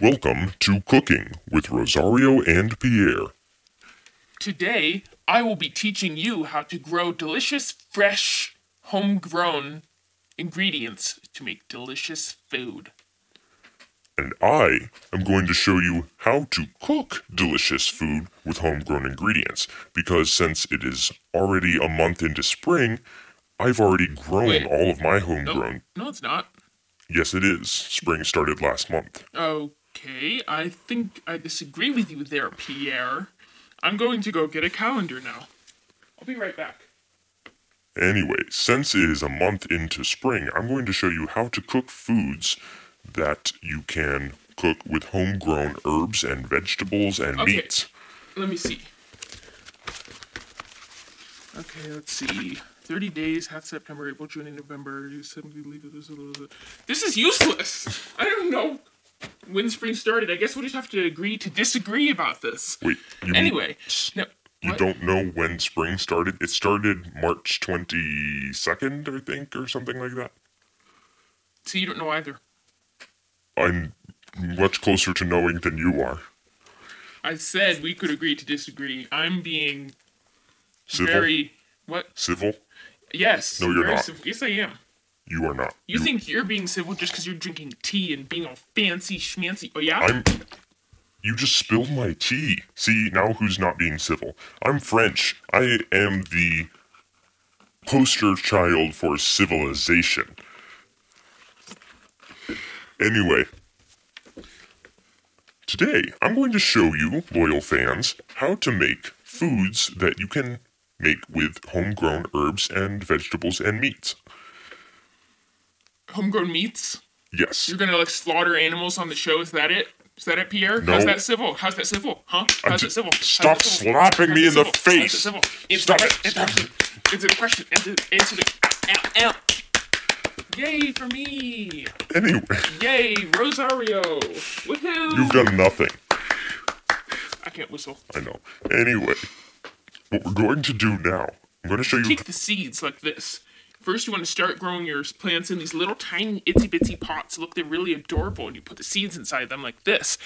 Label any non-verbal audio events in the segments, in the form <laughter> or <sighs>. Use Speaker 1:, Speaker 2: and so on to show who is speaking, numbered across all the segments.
Speaker 1: Welcome to Cooking with Rosario and Pierre.
Speaker 2: Today, I will be teaching you how to grow delicious, fresh, homegrown ingredients to make delicious food.
Speaker 1: And I am going to show you how to cook delicious food with homegrown ingredients because since it is already a month into spring, I've already grown
Speaker 2: Wait.
Speaker 1: all of my
Speaker 2: No,
Speaker 1: homegrown.
Speaker 2: Oh, no, it's not.
Speaker 1: Yes, it is. Spring started last month.
Speaker 2: Okay, I think I disagree with you there, Pierre. I'm going to go get a calendar now. I'll be right back.
Speaker 1: Anyway, since it is a month into spring, I'm going to show you how to cook foods that you can cook with homegrown herbs and vegetables and
Speaker 2: Okay.
Speaker 1: meats.
Speaker 2: Let me see. Okay, let's see. 30 days, half September, April, June, and November. You said we leave it- this- This is useless! I don't know when spring started. I guess we'll just have to agree to disagree about this.
Speaker 1: Wait, you mean
Speaker 2: Anyway, no.
Speaker 1: you
Speaker 2: what?
Speaker 1: don't know when spring started? It started March 22nd, I think, or something like that.
Speaker 2: So you don't know either.
Speaker 1: I'm much closer to knowing than you are.
Speaker 2: I said we could agree to disagree. I'm being
Speaker 1: Civil?
Speaker 2: very. What?
Speaker 1: Civil?
Speaker 2: Yes.
Speaker 1: No, you're
Speaker 2: very
Speaker 1: not.
Speaker 2: civ- Yes, I am.
Speaker 1: You are not.
Speaker 2: You, think you're being civil just because you're drinking tea and being all fancy schmancy? Oh, yeah?
Speaker 1: I'm. You just spilled my tea. See, now who's not being civil? I'm French. I am the poster child for civilization. Anyway, today I'm going to show you, loyal fans, how to make foods that you can make with homegrown herbs and vegetables and meats.
Speaker 2: Homegrown meats?
Speaker 1: Yes,
Speaker 2: You're gonna like slaughter animals on the show? Is that it? Is that it, Pierre?
Speaker 1: No.
Speaker 2: How's that civil? How's that civil? Huh? How's
Speaker 1: ju-
Speaker 2: it civil? How's
Speaker 1: stop
Speaker 2: that civil?
Speaker 1: slapping
Speaker 2: How's
Speaker 1: me
Speaker 2: it
Speaker 1: in the
Speaker 2: civil?
Speaker 1: face.
Speaker 2: How's it civil? Answer
Speaker 1: Stop
Speaker 2: the
Speaker 1: it.
Speaker 2: question. Answer the question. Answer the answer the. Ow, ow, ow. Yay for me!
Speaker 1: anyway, <laughs>
Speaker 2: Yay, Rosario! Woohoo!
Speaker 1: you've done nothing.
Speaker 2: I can't whistle.
Speaker 1: I know. Anyway, what we're going to do now, I'm going to show you.
Speaker 2: Take the seeds like this. First, you want to start growing your plants in these little tiny itsy bitsy pots. Look, they're really adorable. And you put the seeds inside them like this.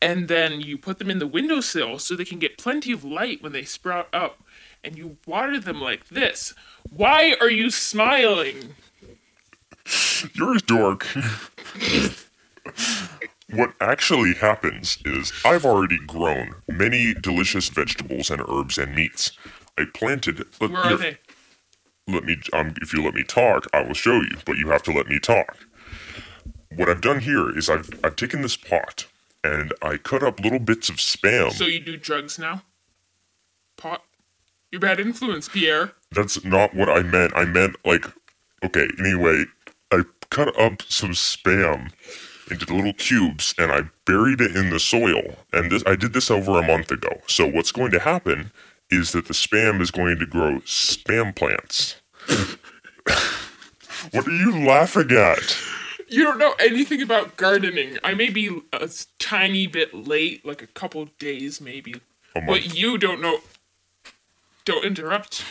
Speaker 2: And then you put them in the windowsill so they can get plenty of light when they sprout up. And you water them like this. Why are you smiling?
Speaker 1: <laughs> You're a dork. what actually happens is I've already grown many delicious vegetables and herbs and meats. I planted. Let,
Speaker 2: Where are
Speaker 1: here,
Speaker 2: they?
Speaker 1: Let me. Um, if you let me talk, I will show you. But you have to let me talk. What I've done here is I've I've taken this pot and I cut up little bits of spam.
Speaker 2: So you do drugs now? Pot? You're bad influence, Pierre.
Speaker 1: That's not what I meant. I meant like, okay. Anyway, I cut up some spam into little cubes and I buried it in the soil. And this, I did this over a month ago. So what's going to happen is that the spam is going to grow spam plants. <laughs> what are you laughing at?
Speaker 2: You don't know anything about gardening. I may be a tiny bit late, like a couple days maybe.
Speaker 1: A month.
Speaker 2: But you don't know. Don't interrupt.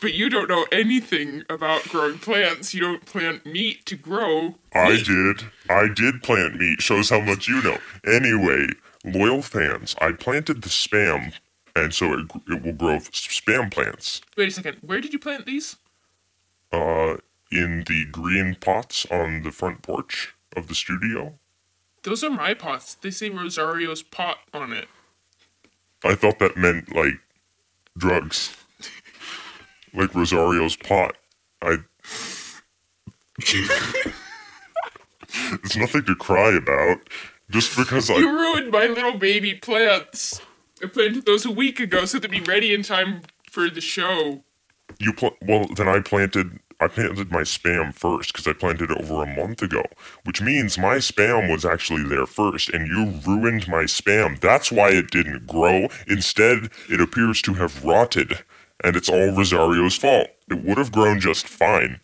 Speaker 2: But you don't know anything about growing plants. You don't plant meat to grow.
Speaker 1: I did. I did plant meat. Shows how much you know. Anyway, loyal fans, I planted the spam, and so it, it will grow spam plants.
Speaker 2: Wait a second. Where did you plant these?
Speaker 1: uh, in the green pots on the front porch of the studio.
Speaker 2: Those are my pots. They say Rosario's pot on it.
Speaker 1: I thought that meant like drugs, like Rosario's pot. I. <laughs> it's nothing to cry about. Just because I
Speaker 2: You ruined my little baby plants. I planted those a week ago so they'd be ready in time for the show.
Speaker 1: you pl- well then I planted I planted my spam first because I planted it over a month ago, which means my spam was actually there first, and you ruined my spam. That's why it didn't grow. Instead, it appears to have rotted, and it's all Rosario's fault. It would have grown just fine.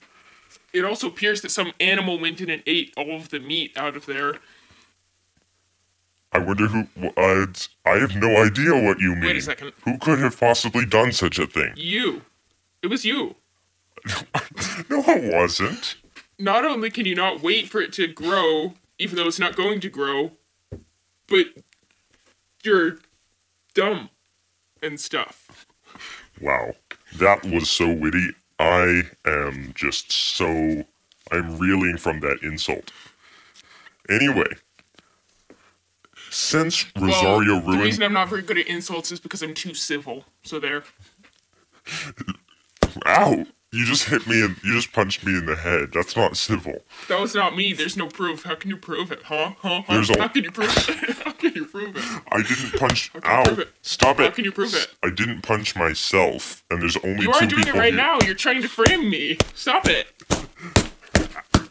Speaker 2: It also appears that some animal went in and ate all of the meat out of there.
Speaker 1: I wonder who. wh- Uh, it's- I have no idea what you mean.
Speaker 2: Wait a second.
Speaker 1: Who could have possibly done such a
Speaker 2: <laughs>
Speaker 1: thing?
Speaker 2: You. It was you.
Speaker 1: No, it wasn't.
Speaker 2: Not only can you not wait for it to grow, even though it's not going to grow, but you're dumb and stuff.
Speaker 1: Wow. That was so witty. I am just so. I'm reeling from that insult. Anyway, since Rosario
Speaker 2: well, The
Speaker 1: ruined.
Speaker 2: reason I'm not very good at insults is because I'm too civil. So there.
Speaker 1: Ow! You just hit me and you just punched me in the head. That's not civil.
Speaker 2: That was not me. There's no proof. How can you prove it? Huh? Huh? huh?
Speaker 1: There's a-
Speaker 2: How can you prove <laughs> it? How can you prove it?
Speaker 1: I didn't
Speaker 2: <laughs>
Speaker 1: punch.
Speaker 2: can you
Speaker 1: Ow!
Speaker 2: prove it?
Speaker 1: Stop it!
Speaker 2: How can you prove it?
Speaker 1: I didn't punch myself, and there's only two
Speaker 2: You are doing it
Speaker 1: people
Speaker 2: right
Speaker 1: here.
Speaker 2: now. You're trying to frame me. Stop it.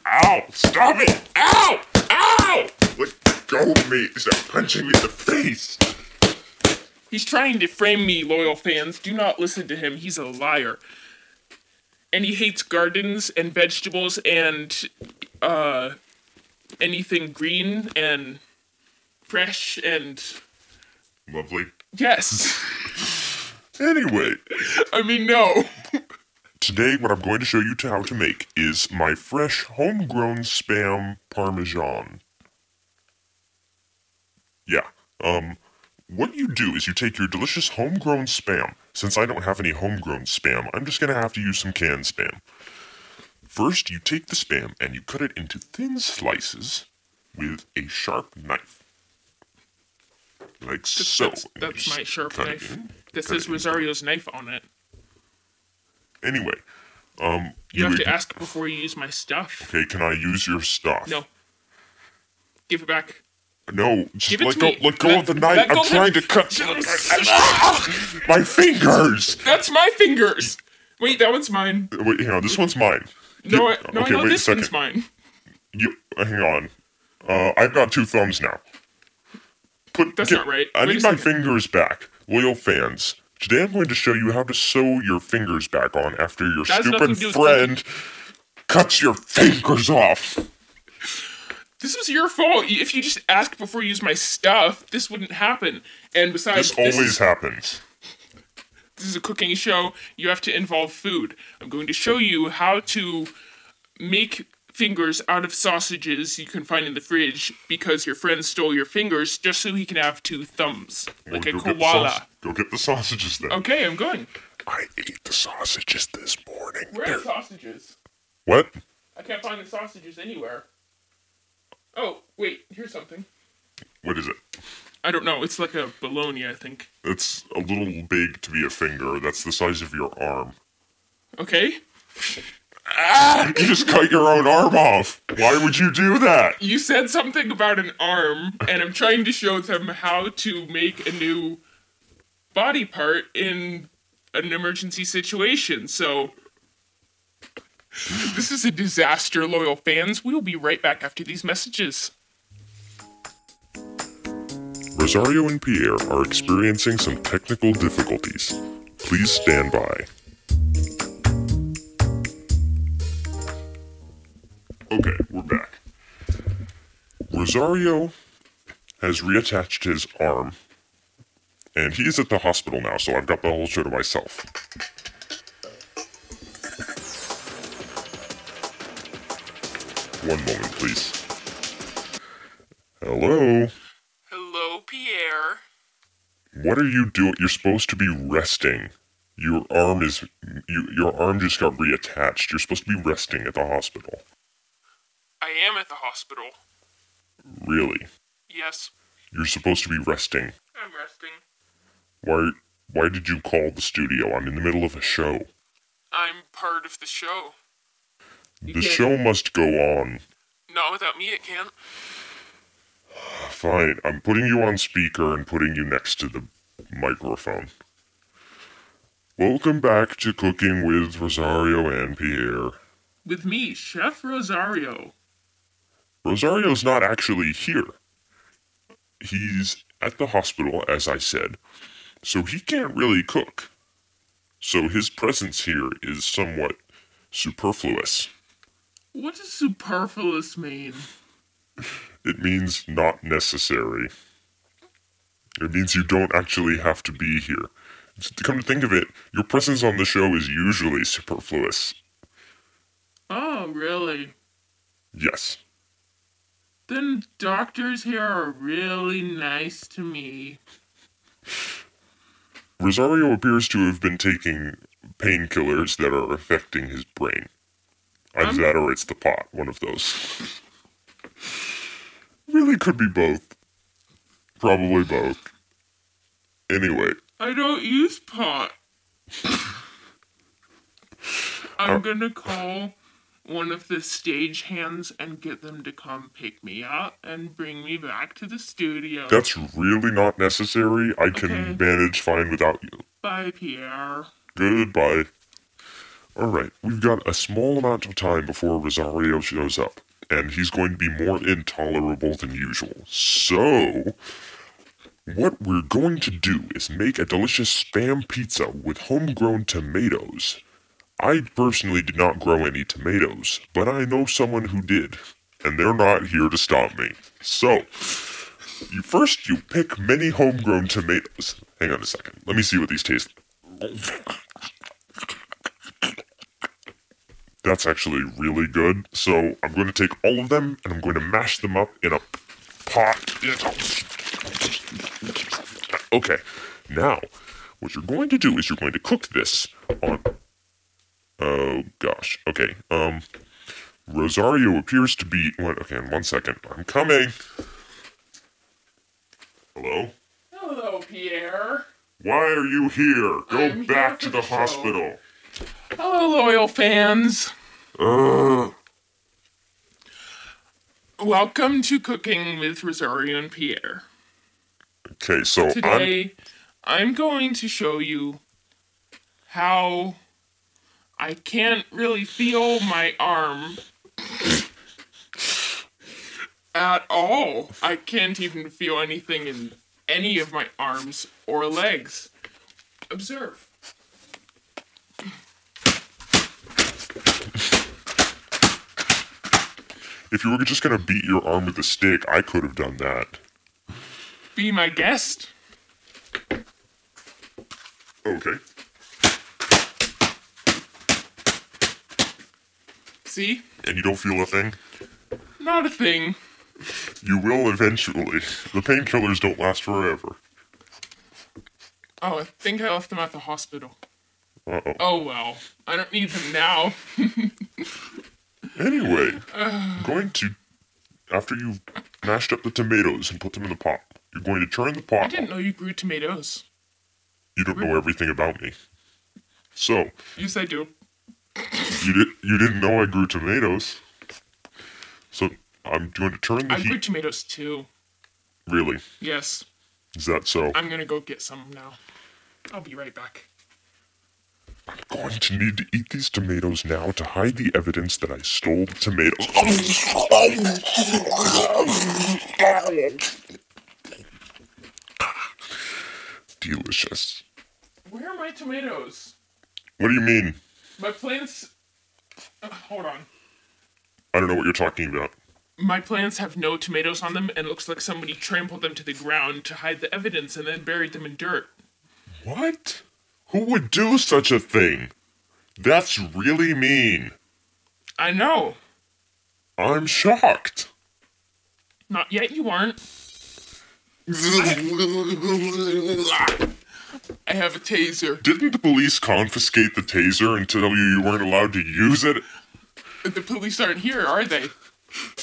Speaker 1: Ow! Stop it! Ow! Ow! Let go of me! Stop punching me in the face!
Speaker 2: He's trying to frame me, loyal fans. Do not listen to him. He's a liar. And he hates gardens and vegetables and uh, anything green and fresh and.
Speaker 1: Lovely.
Speaker 2: Yes! <laughs>
Speaker 1: Anyway,
Speaker 2: I mean, no.
Speaker 1: today what I'm going to show you to how to make is my fresh homegrown spam parmesan. Yeah. Um what you do is you take your delicious homegrown spam. Since I don't have any homegrown spam, I'm just going to have to use some canned spam. First, you take the spam and you cut it into thin slices with a sharp knife. Like so.
Speaker 2: that's,
Speaker 1: and you
Speaker 2: that's
Speaker 1: just
Speaker 2: my sharp
Speaker 1: cut it
Speaker 2: knife.
Speaker 1: in.
Speaker 2: This
Speaker 1: cut it
Speaker 2: is
Speaker 1: in.
Speaker 2: Rosario's knife on it.
Speaker 1: Anyway, um,
Speaker 2: You have
Speaker 1: would-
Speaker 2: to ask before you use my stuff.
Speaker 1: Okay, can I use your stuff?
Speaker 2: No. Give it back.
Speaker 1: No, just
Speaker 2: Give it
Speaker 1: let
Speaker 2: to
Speaker 1: go,
Speaker 2: me.
Speaker 1: let go
Speaker 2: Let-
Speaker 1: of the knife.
Speaker 2: let go
Speaker 1: I'm
Speaker 2: of
Speaker 1: trying
Speaker 2: the-
Speaker 1: to cut
Speaker 2: <laughs>
Speaker 1: my fingers.
Speaker 2: That's my fingers! Wait, that one's mine.
Speaker 1: Wait, hang on. This one's mine.
Speaker 2: No, I,
Speaker 1: Give-
Speaker 2: no,
Speaker 1: okay,
Speaker 2: I know
Speaker 1: wait
Speaker 2: this
Speaker 1: a second.
Speaker 2: one's mine.
Speaker 1: You hang on. Uh, I've got two thumbs now. Put
Speaker 2: That's
Speaker 1: get-
Speaker 2: not right.
Speaker 1: I
Speaker 2: Wait a
Speaker 1: need my
Speaker 2: second.
Speaker 1: fingers back, loyal fans. Today I'm going to show you how to sew your fingers back on after your
Speaker 2: That has nothing
Speaker 1: stupid
Speaker 2: to do with
Speaker 1: friend cuts your fingers off.
Speaker 2: this was your fault. If you just asked before you used my stuff, this wouldn't happen. And besides,
Speaker 1: This
Speaker 2: this,
Speaker 1: always
Speaker 2: is,
Speaker 1: happens.
Speaker 2: this is a cooking show. You have to involve food. I'm going to show you how to make fingers out of sausages you can find in the fridge because your friend stole your fingers just so he can have two thumbs, like
Speaker 1: Well,
Speaker 2: a
Speaker 1: go get the saus-
Speaker 2: koala.
Speaker 1: Go get the sausages then.
Speaker 2: Okay, I'm going.
Speaker 1: I ate the sausages this morning.
Speaker 2: Where are
Speaker 1: They're-
Speaker 2: the sausages?
Speaker 1: What?
Speaker 2: I can't find the sausages anywhere. Oh, wait, here's something.
Speaker 1: What is it?
Speaker 2: I don't know. It's like a bologna, I think.
Speaker 1: It's a little big to be a finger. That's the size of your arm.
Speaker 2: Okay.
Speaker 1: Ah! You just cut your own arm off. Why would you do that?
Speaker 2: you said something about an arm, and I'm trying to show them how to make a new body part in an emergency situation. So, this is a disaster, loyal fans. We'll be right back after these messages.
Speaker 1: Rosario and Pierre are experiencing some technical difficulties. Please stand by. Okay, we're back. Rosario has reattached his arm, and he is at the hospital now, so I've got the whole show to myself. One moment, please. Hello?
Speaker 2: Hello, Pierre.
Speaker 1: What are you doing? You're supposed to be resting. Your arm is you, your arm just got reattached. You're supposed to be resting at the hospital.
Speaker 2: I am at the hospital.
Speaker 1: Really?
Speaker 2: Yes,
Speaker 1: You're supposed to be resting.
Speaker 2: I'm resting.
Speaker 1: Why why did you call the studio? I'm in the middle of a show.
Speaker 2: I'm part of the show. You
Speaker 1: The
Speaker 2: can't-
Speaker 1: show must go on.
Speaker 2: Not without me, it can't.
Speaker 1: Fine. I'm putting you on speaker and putting you next to the microphone. Welcome back to Cooking with Rosario and Pierre.
Speaker 2: With me, Chef Rosario.
Speaker 1: Rosario's not actually here. He's at the hospital, as I said, so he can't really cook. So his presence here is somewhat superfluous.
Speaker 2: What does superfluous mean?
Speaker 1: It means not necessary. It means you don't actually have to be here. It's- Come to think of it, your presence on the show is usually superfluous.
Speaker 2: Oh, really?
Speaker 1: Yes.
Speaker 2: Then doctors here are really nice to me.
Speaker 1: Rosario appears to have been taking painkillers that are affecting his brain. Either
Speaker 2: Um,
Speaker 1: that or it's the pot, one of those. really could be both. Probably both. Anyway,
Speaker 2: I don't use pot. I'm gonna call one of the stage hands and get them to come pick me up and bring me back to the studio.
Speaker 1: that's really not necessary. I can
Speaker 2: Okay.
Speaker 1: manage fine without you.
Speaker 2: Bye, Pierre.
Speaker 1: Goodbye. All right, we've got a small amount of time before Rosario shows up, and he's going to be more intolerable than usual. So, what we're going to do is make a delicious spam pizza with homegrown tomatoes. I personally did not grow any tomatoes, but I know someone who did, and they're not here to stop me. So, you first you pick many homegrown tomatoes. Hang on a second. Let me see what these taste That's actually really good. So I'm going to take all of them and I'm going to mash them up in a pot. Okay, now what you're going to do is you're going to cook this on. Oh gosh. Okay. Um, Rosario appears to be. What? Okay, in one second. I'm coming. Hello.
Speaker 2: Hello, Pierre.
Speaker 1: Why are you here? Go
Speaker 2: I'm here
Speaker 1: back
Speaker 2: for
Speaker 1: to the
Speaker 2: the show.
Speaker 1: hospital.
Speaker 2: Hello, loyal fans.
Speaker 1: Ugh.
Speaker 2: Welcome to Cooking with Rosario and Pierre.
Speaker 1: Okay, so I'm
Speaker 2: Today, I'm going to show you how I can't really feel my arm at all. I can't even feel anything in any of my arms or legs. Observe.
Speaker 1: If you were just gonna beat your arm with a stick, I could have done that.
Speaker 2: Be my guest.
Speaker 1: Okay.
Speaker 2: See?
Speaker 1: And you don't feel a thing?
Speaker 2: Not a thing.
Speaker 1: You will eventually. The painkillers don't last forever.
Speaker 2: Oh, I think I left them at the hospital.
Speaker 1: Uh oh.
Speaker 2: Oh well. I don't need them now.
Speaker 1: Anyway, I'm going to. After you've mashed up the tomatoes and put them in the pot, you're going to turn the
Speaker 2: I
Speaker 1: pot.
Speaker 2: didn't know you grew tomatoes.
Speaker 1: You don't know everything about me. So,
Speaker 2: Yes, I do.
Speaker 1: you, did, you didn't know I grew tomatoes. So, I'm going to turn the
Speaker 2: I grew
Speaker 1: heat.
Speaker 2: tomatoes too.
Speaker 1: Really?
Speaker 2: Yes,
Speaker 1: Is that so?
Speaker 2: I'm gonna go get some now. I'll be right back.
Speaker 1: going to need to eat these tomatoes now to hide the evidence that I stole the tomatoes. Delicious.
Speaker 2: Where are my tomatoes?
Speaker 1: What do you mean?
Speaker 2: My plants. Ugh, hold on.
Speaker 1: I don't know what you're talking about.
Speaker 2: My plants have no tomatoes on them, and it looks like somebody trampled them to the ground to hide the evidence and then buried them in dirt.
Speaker 1: What? Who would do such a thing? That's really mean.
Speaker 2: I know.
Speaker 1: I'm shocked.
Speaker 2: Not yet, you aren't.
Speaker 1: Didn't
Speaker 2: I have a taser.
Speaker 1: the police confiscate the taser and tell you you weren't allowed to use it?
Speaker 2: The police aren't here, are they?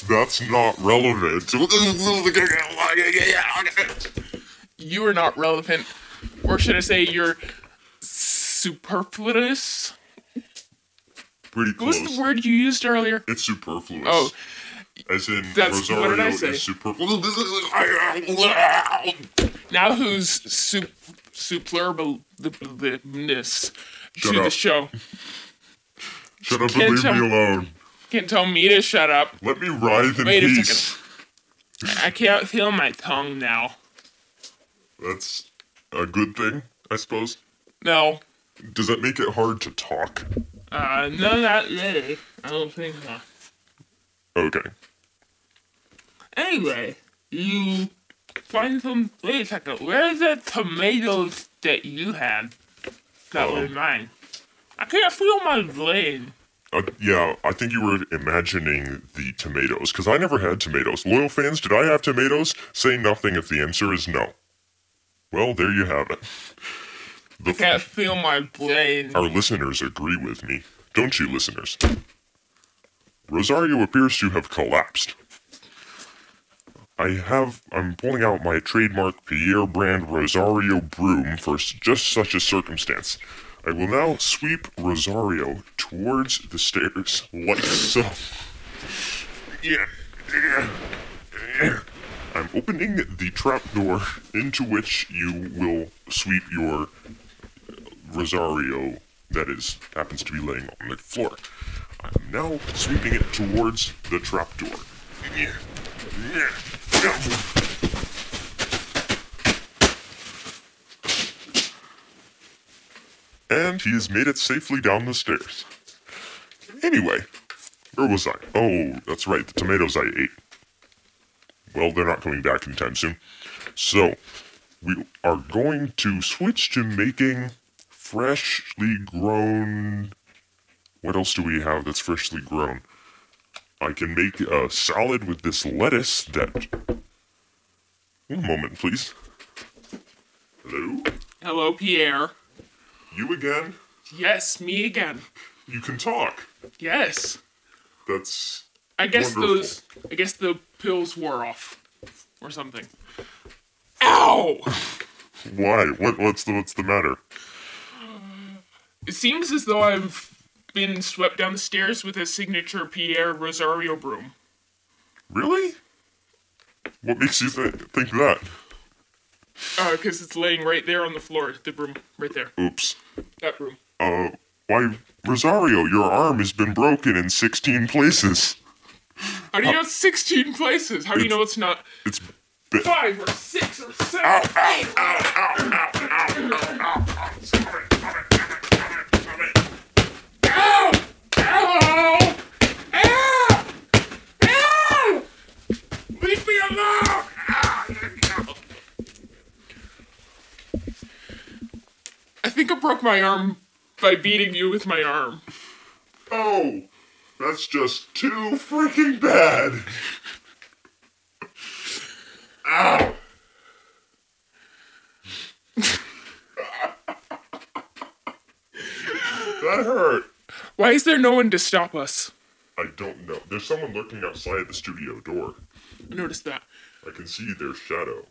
Speaker 1: That's not relevant. <laughs>
Speaker 2: You are not relevant. Or should I say, you're superfluous?
Speaker 1: Pretty
Speaker 2: What was
Speaker 1: close.
Speaker 2: the word you used earlier?
Speaker 1: It's superfluous.
Speaker 2: Oh,
Speaker 1: as in
Speaker 2: that's-
Speaker 1: Rosario
Speaker 2: what did I say?
Speaker 1: is <laughs> superfluous.
Speaker 2: now who's su- superbleness
Speaker 1: Shut
Speaker 2: to the
Speaker 1: up.
Speaker 2: show?
Speaker 1: Shut up
Speaker 2: Can't
Speaker 1: and leave
Speaker 2: tell-
Speaker 1: me alone.
Speaker 2: Can't tell me to shut up.
Speaker 1: Let me writhe in
Speaker 2: Wait a
Speaker 1: peace.
Speaker 2: I can't feel my tongue now.
Speaker 1: That's a good thing, I suppose.
Speaker 2: No,
Speaker 1: Does that make it hard to talk?
Speaker 2: uh, no, not really. I don't think so.
Speaker 1: Okay.
Speaker 2: Anyway, you find some. Wait a second. Where are the tomatoes that you had? That
Speaker 1: Oh.
Speaker 2: were mine. I can't feel my brain.
Speaker 1: Uh, yeah, I think you were imagining the tomatoes because I never had tomatoes. Loyal fans, did I have tomatoes? Say nothing if the answer is no. Well, there you have it.
Speaker 2: I can't feel my brain.
Speaker 1: Our listeners agree with me, don't you, listeners? Rosario appears to have collapsed. I have, I'm pulling out my trademark Pierre brand Rosario broom for s- just such a circumstance. I will now sweep Rosario towards the stairs like so. Yeah, yeah, yeah. I'm opening the trapdoor into which you will sweep your Rosario that is happens to be laying on the floor. I'm now sweeping it towards the trapdoor. And he has made it safely down the stairs. Anyway, where was I? Oh, that's right, the tomatoes I ate. Well, they're not coming back anytime soon. So, we are going to switch to making freshly grown. What else do we have that's freshly grown? I can make a salad with this lettuce that. One moment, please. Hello?
Speaker 2: Hello, Pierre.
Speaker 1: You again?
Speaker 2: Yes, me again.
Speaker 1: You can talk.
Speaker 2: Yes.
Speaker 1: That's.
Speaker 2: I guess
Speaker 1: Wonderful.
Speaker 2: those. I guess the pills wore off, or something. Ow!
Speaker 1: Why? What, what's, the, what's the matter?
Speaker 2: It seems as though I've been swept down the stairs with a signature Pierre Rosario broom.
Speaker 1: Really? What makes you th- think that?
Speaker 2: because Uh, it's laying right there on the floor. The broom, right there.
Speaker 1: Oops.
Speaker 2: That broom.
Speaker 1: Uh, why, Rosario, your arm has been broken in 16 places.
Speaker 2: How do you know it's 16 places? How do you know it's not
Speaker 1: It's. Be- ow,
Speaker 2: five or six or seven?
Speaker 1: ow, ow, ow, ow, ow, ow, ow, ow, ow. Stop it, stop it, stop it, stop it, stop it.
Speaker 2: Ow! Ow! Ow! Ow! Leave me alone! I think I broke my arm by beating you with my arm.
Speaker 1: <laughs> Oh, that's just too freaking bad. Ow. <laughs> that hurt.
Speaker 2: Why is there no one to stop us?
Speaker 1: I don't know. There's someone lurking outside the studio door.
Speaker 2: I noticed that.
Speaker 1: I can see their shadow.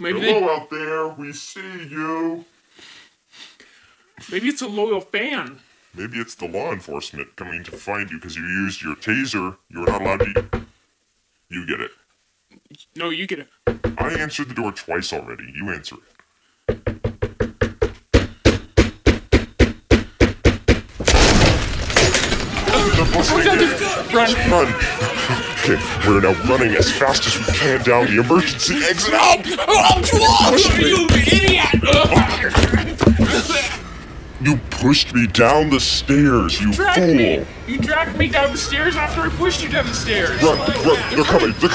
Speaker 2: Maybe they,
Speaker 1: Hello out there, we see you.
Speaker 2: maybe it's a loyal fan.
Speaker 1: Maybe it's the law enforcement coming to find you because you used your taser. You were not allowed to. You get it.
Speaker 2: No, you get it.
Speaker 1: I answered the door twice already. You answer it. The bustling
Speaker 2: Run.
Speaker 1: run. Okay, we're now running as fast as we can down the emergency exit. Help!
Speaker 2: You idiot!
Speaker 1: You pushed me down the stairs, you
Speaker 2: dragged
Speaker 1: fool!
Speaker 2: me. You dragged me down the stairs after I pushed you down the stairs.
Speaker 1: Run, run, they're coming! Look!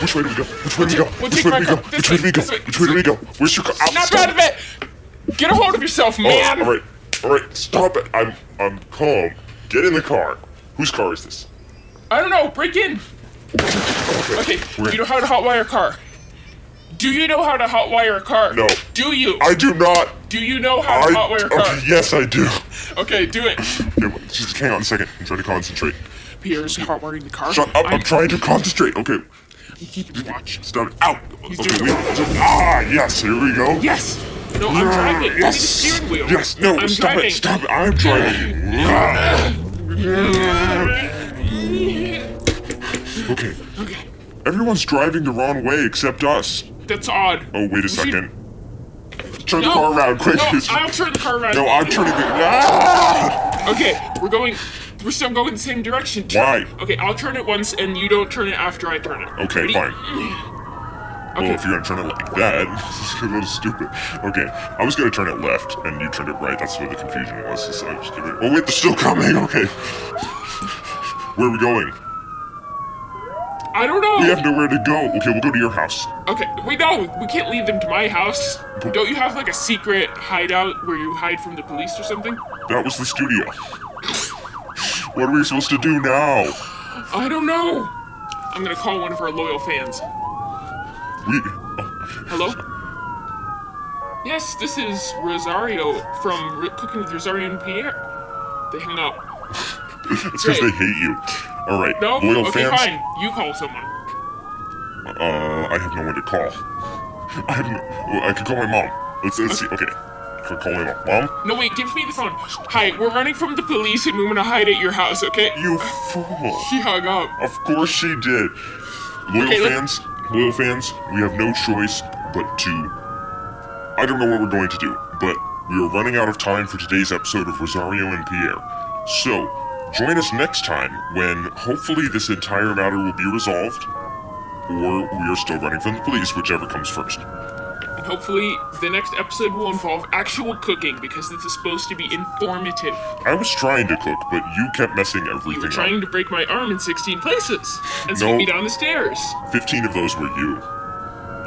Speaker 1: Which way do we go? Which way do we go?
Speaker 2: We'll
Speaker 1: Which
Speaker 2: take
Speaker 1: way do
Speaker 2: my
Speaker 1: we go?
Speaker 2: car.
Speaker 1: Which
Speaker 2: This
Speaker 1: way do we
Speaker 2: way,
Speaker 1: go?
Speaker 2: this way,
Speaker 1: Which way do we go? Where's your car? Ow,
Speaker 2: Snap
Speaker 1: stop. Oh,
Speaker 2: out of it! Get a hold of yourself, man!
Speaker 1: All right, all right, stop it. I'm, I'm calm. Get in the car. Whose car is this?
Speaker 2: I don't know, break in! Okay,
Speaker 1: We're-
Speaker 2: do you know how to hotwire a car? Do you know how to hotwire a car?
Speaker 1: No.
Speaker 2: Do you?
Speaker 1: I do not.
Speaker 2: do you know how to
Speaker 1: I.
Speaker 2: hotwire a car?
Speaker 1: Okay, yes, I do.
Speaker 2: Okay, do it.
Speaker 1: Okay, wait, just hang on a second. I'm trying to concentrate.
Speaker 2: Pierre's hotwiring the car.
Speaker 1: Shut up. I'm
Speaker 2: I'm
Speaker 1: trying to concentrate. Okay,
Speaker 2: keeping watch.
Speaker 1: stop it. Out.
Speaker 2: doing
Speaker 1: Okay,
Speaker 2: it.
Speaker 1: we, ah, yes. Here we go. Ah,
Speaker 2: Yes! No, I'm driving. Give me the
Speaker 1: Yes.
Speaker 2: steering wheel.
Speaker 1: Yes. No.
Speaker 2: I'm
Speaker 1: stop
Speaker 2: driving.
Speaker 1: it. Stop it. I'm driving. Ah. Ah. okay.
Speaker 2: Okay,
Speaker 1: Everyone's driving the wrong way except us.
Speaker 2: that's odd.
Speaker 1: Oh, wait a
Speaker 2: should-
Speaker 1: second. Turn the car around quick. <laughs>
Speaker 2: No,
Speaker 1: It's-
Speaker 2: I'll turn the car around.
Speaker 1: No, I'm turning the. Ah!
Speaker 2: Okay, we're going. We're still going the same direction.
Speaker 1: Why?
Speaker 2: Okay, I'll turn it once, and you don't turn it after I turn it.
Speaker 1: Okay,
Speaker 2: Ready?
Speaker 1: fine. Well,
Speaker 2: Okay.
Speaker 1: if you're gonna turn it like that, <laughs> this is a little stupid. Okay, I was gonna turn it left, and you turned it right. That's where the confusion was. So I was giving... Oh wait, they're still coming. <laughs> Okay, where are we going?
Speaker 2: I don't know.
Speaker 1: We have nowhere to go. Okay, we'll go to your house.
Speaker 2: Okay, we know we can't leave them to my house. Don't you have like a secret hideout where you hide from the police or something?
Speaker 1: That was the studio. <sighs> What are we supposed to do now?
Speaker 2: I don't know. I'm gonna call one of our loyal fans.
Speaker 1: We.
Speaker 2: Hello? Yes, this is Rosario from R- Cooking with Rosario and Pierre. They hung up.
Speaker 1: It's because they
Speaker 2: Great.
Speaker 1: hate you. All right,
Speaker 2: No?
Speaker 1: loyal
Speaker 2: okay,
Speaker 1: fans.
Speaker 2: fine. You call someone.
Speaker 1: Uh, I have no one to call. I have. No, well, I could call my mom. Let's let's see. Okay, I could call my mom. Mom,
Speaker 2: No, wait, give me the phone. Hi, we're running from the police and we want to hide at your house, okay?
Speaker 1: you fool.
Speaker 2: She hung up.
Speaker 1: Of course she did. Loyal
Speaker 2: Okay, let-
Speaker 1: fans, loyal fans, we have no choice but to. I don't know what we're going to do, but we are running out of time for today's episode of Rosario and Pierre. So, join us next time when hopefully this entire matter will be resolved, or we are still running from the police, whichever comes first.
Speaker 2: And hopefully, the next episode will involve actual cooking because this is supposed to be informative.
Speaker 1: I was trying to cook, but you kept messing
Speaker 2: You
Speaker 1: everything
Speaker 2: were trying to break my arm in 16 places and
Speaker 1: No.
Speaker 2: send me down the stairs.
Speaker 1: up. Fifteen of those were you.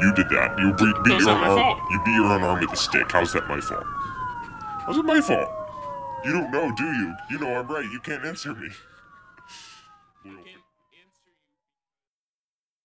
Speaker 1: You did that. You beat, beat
Speaker 2: That's
Speaker 1: your own
Speaker 2: not my
Speaker 1: arm.
Speaker 2: fault.
Speaker 1: You beat your own arm with a stick. How's that my fault? How's it my fault? You don't know, do you? You know I'm right. You can't answer me. Well,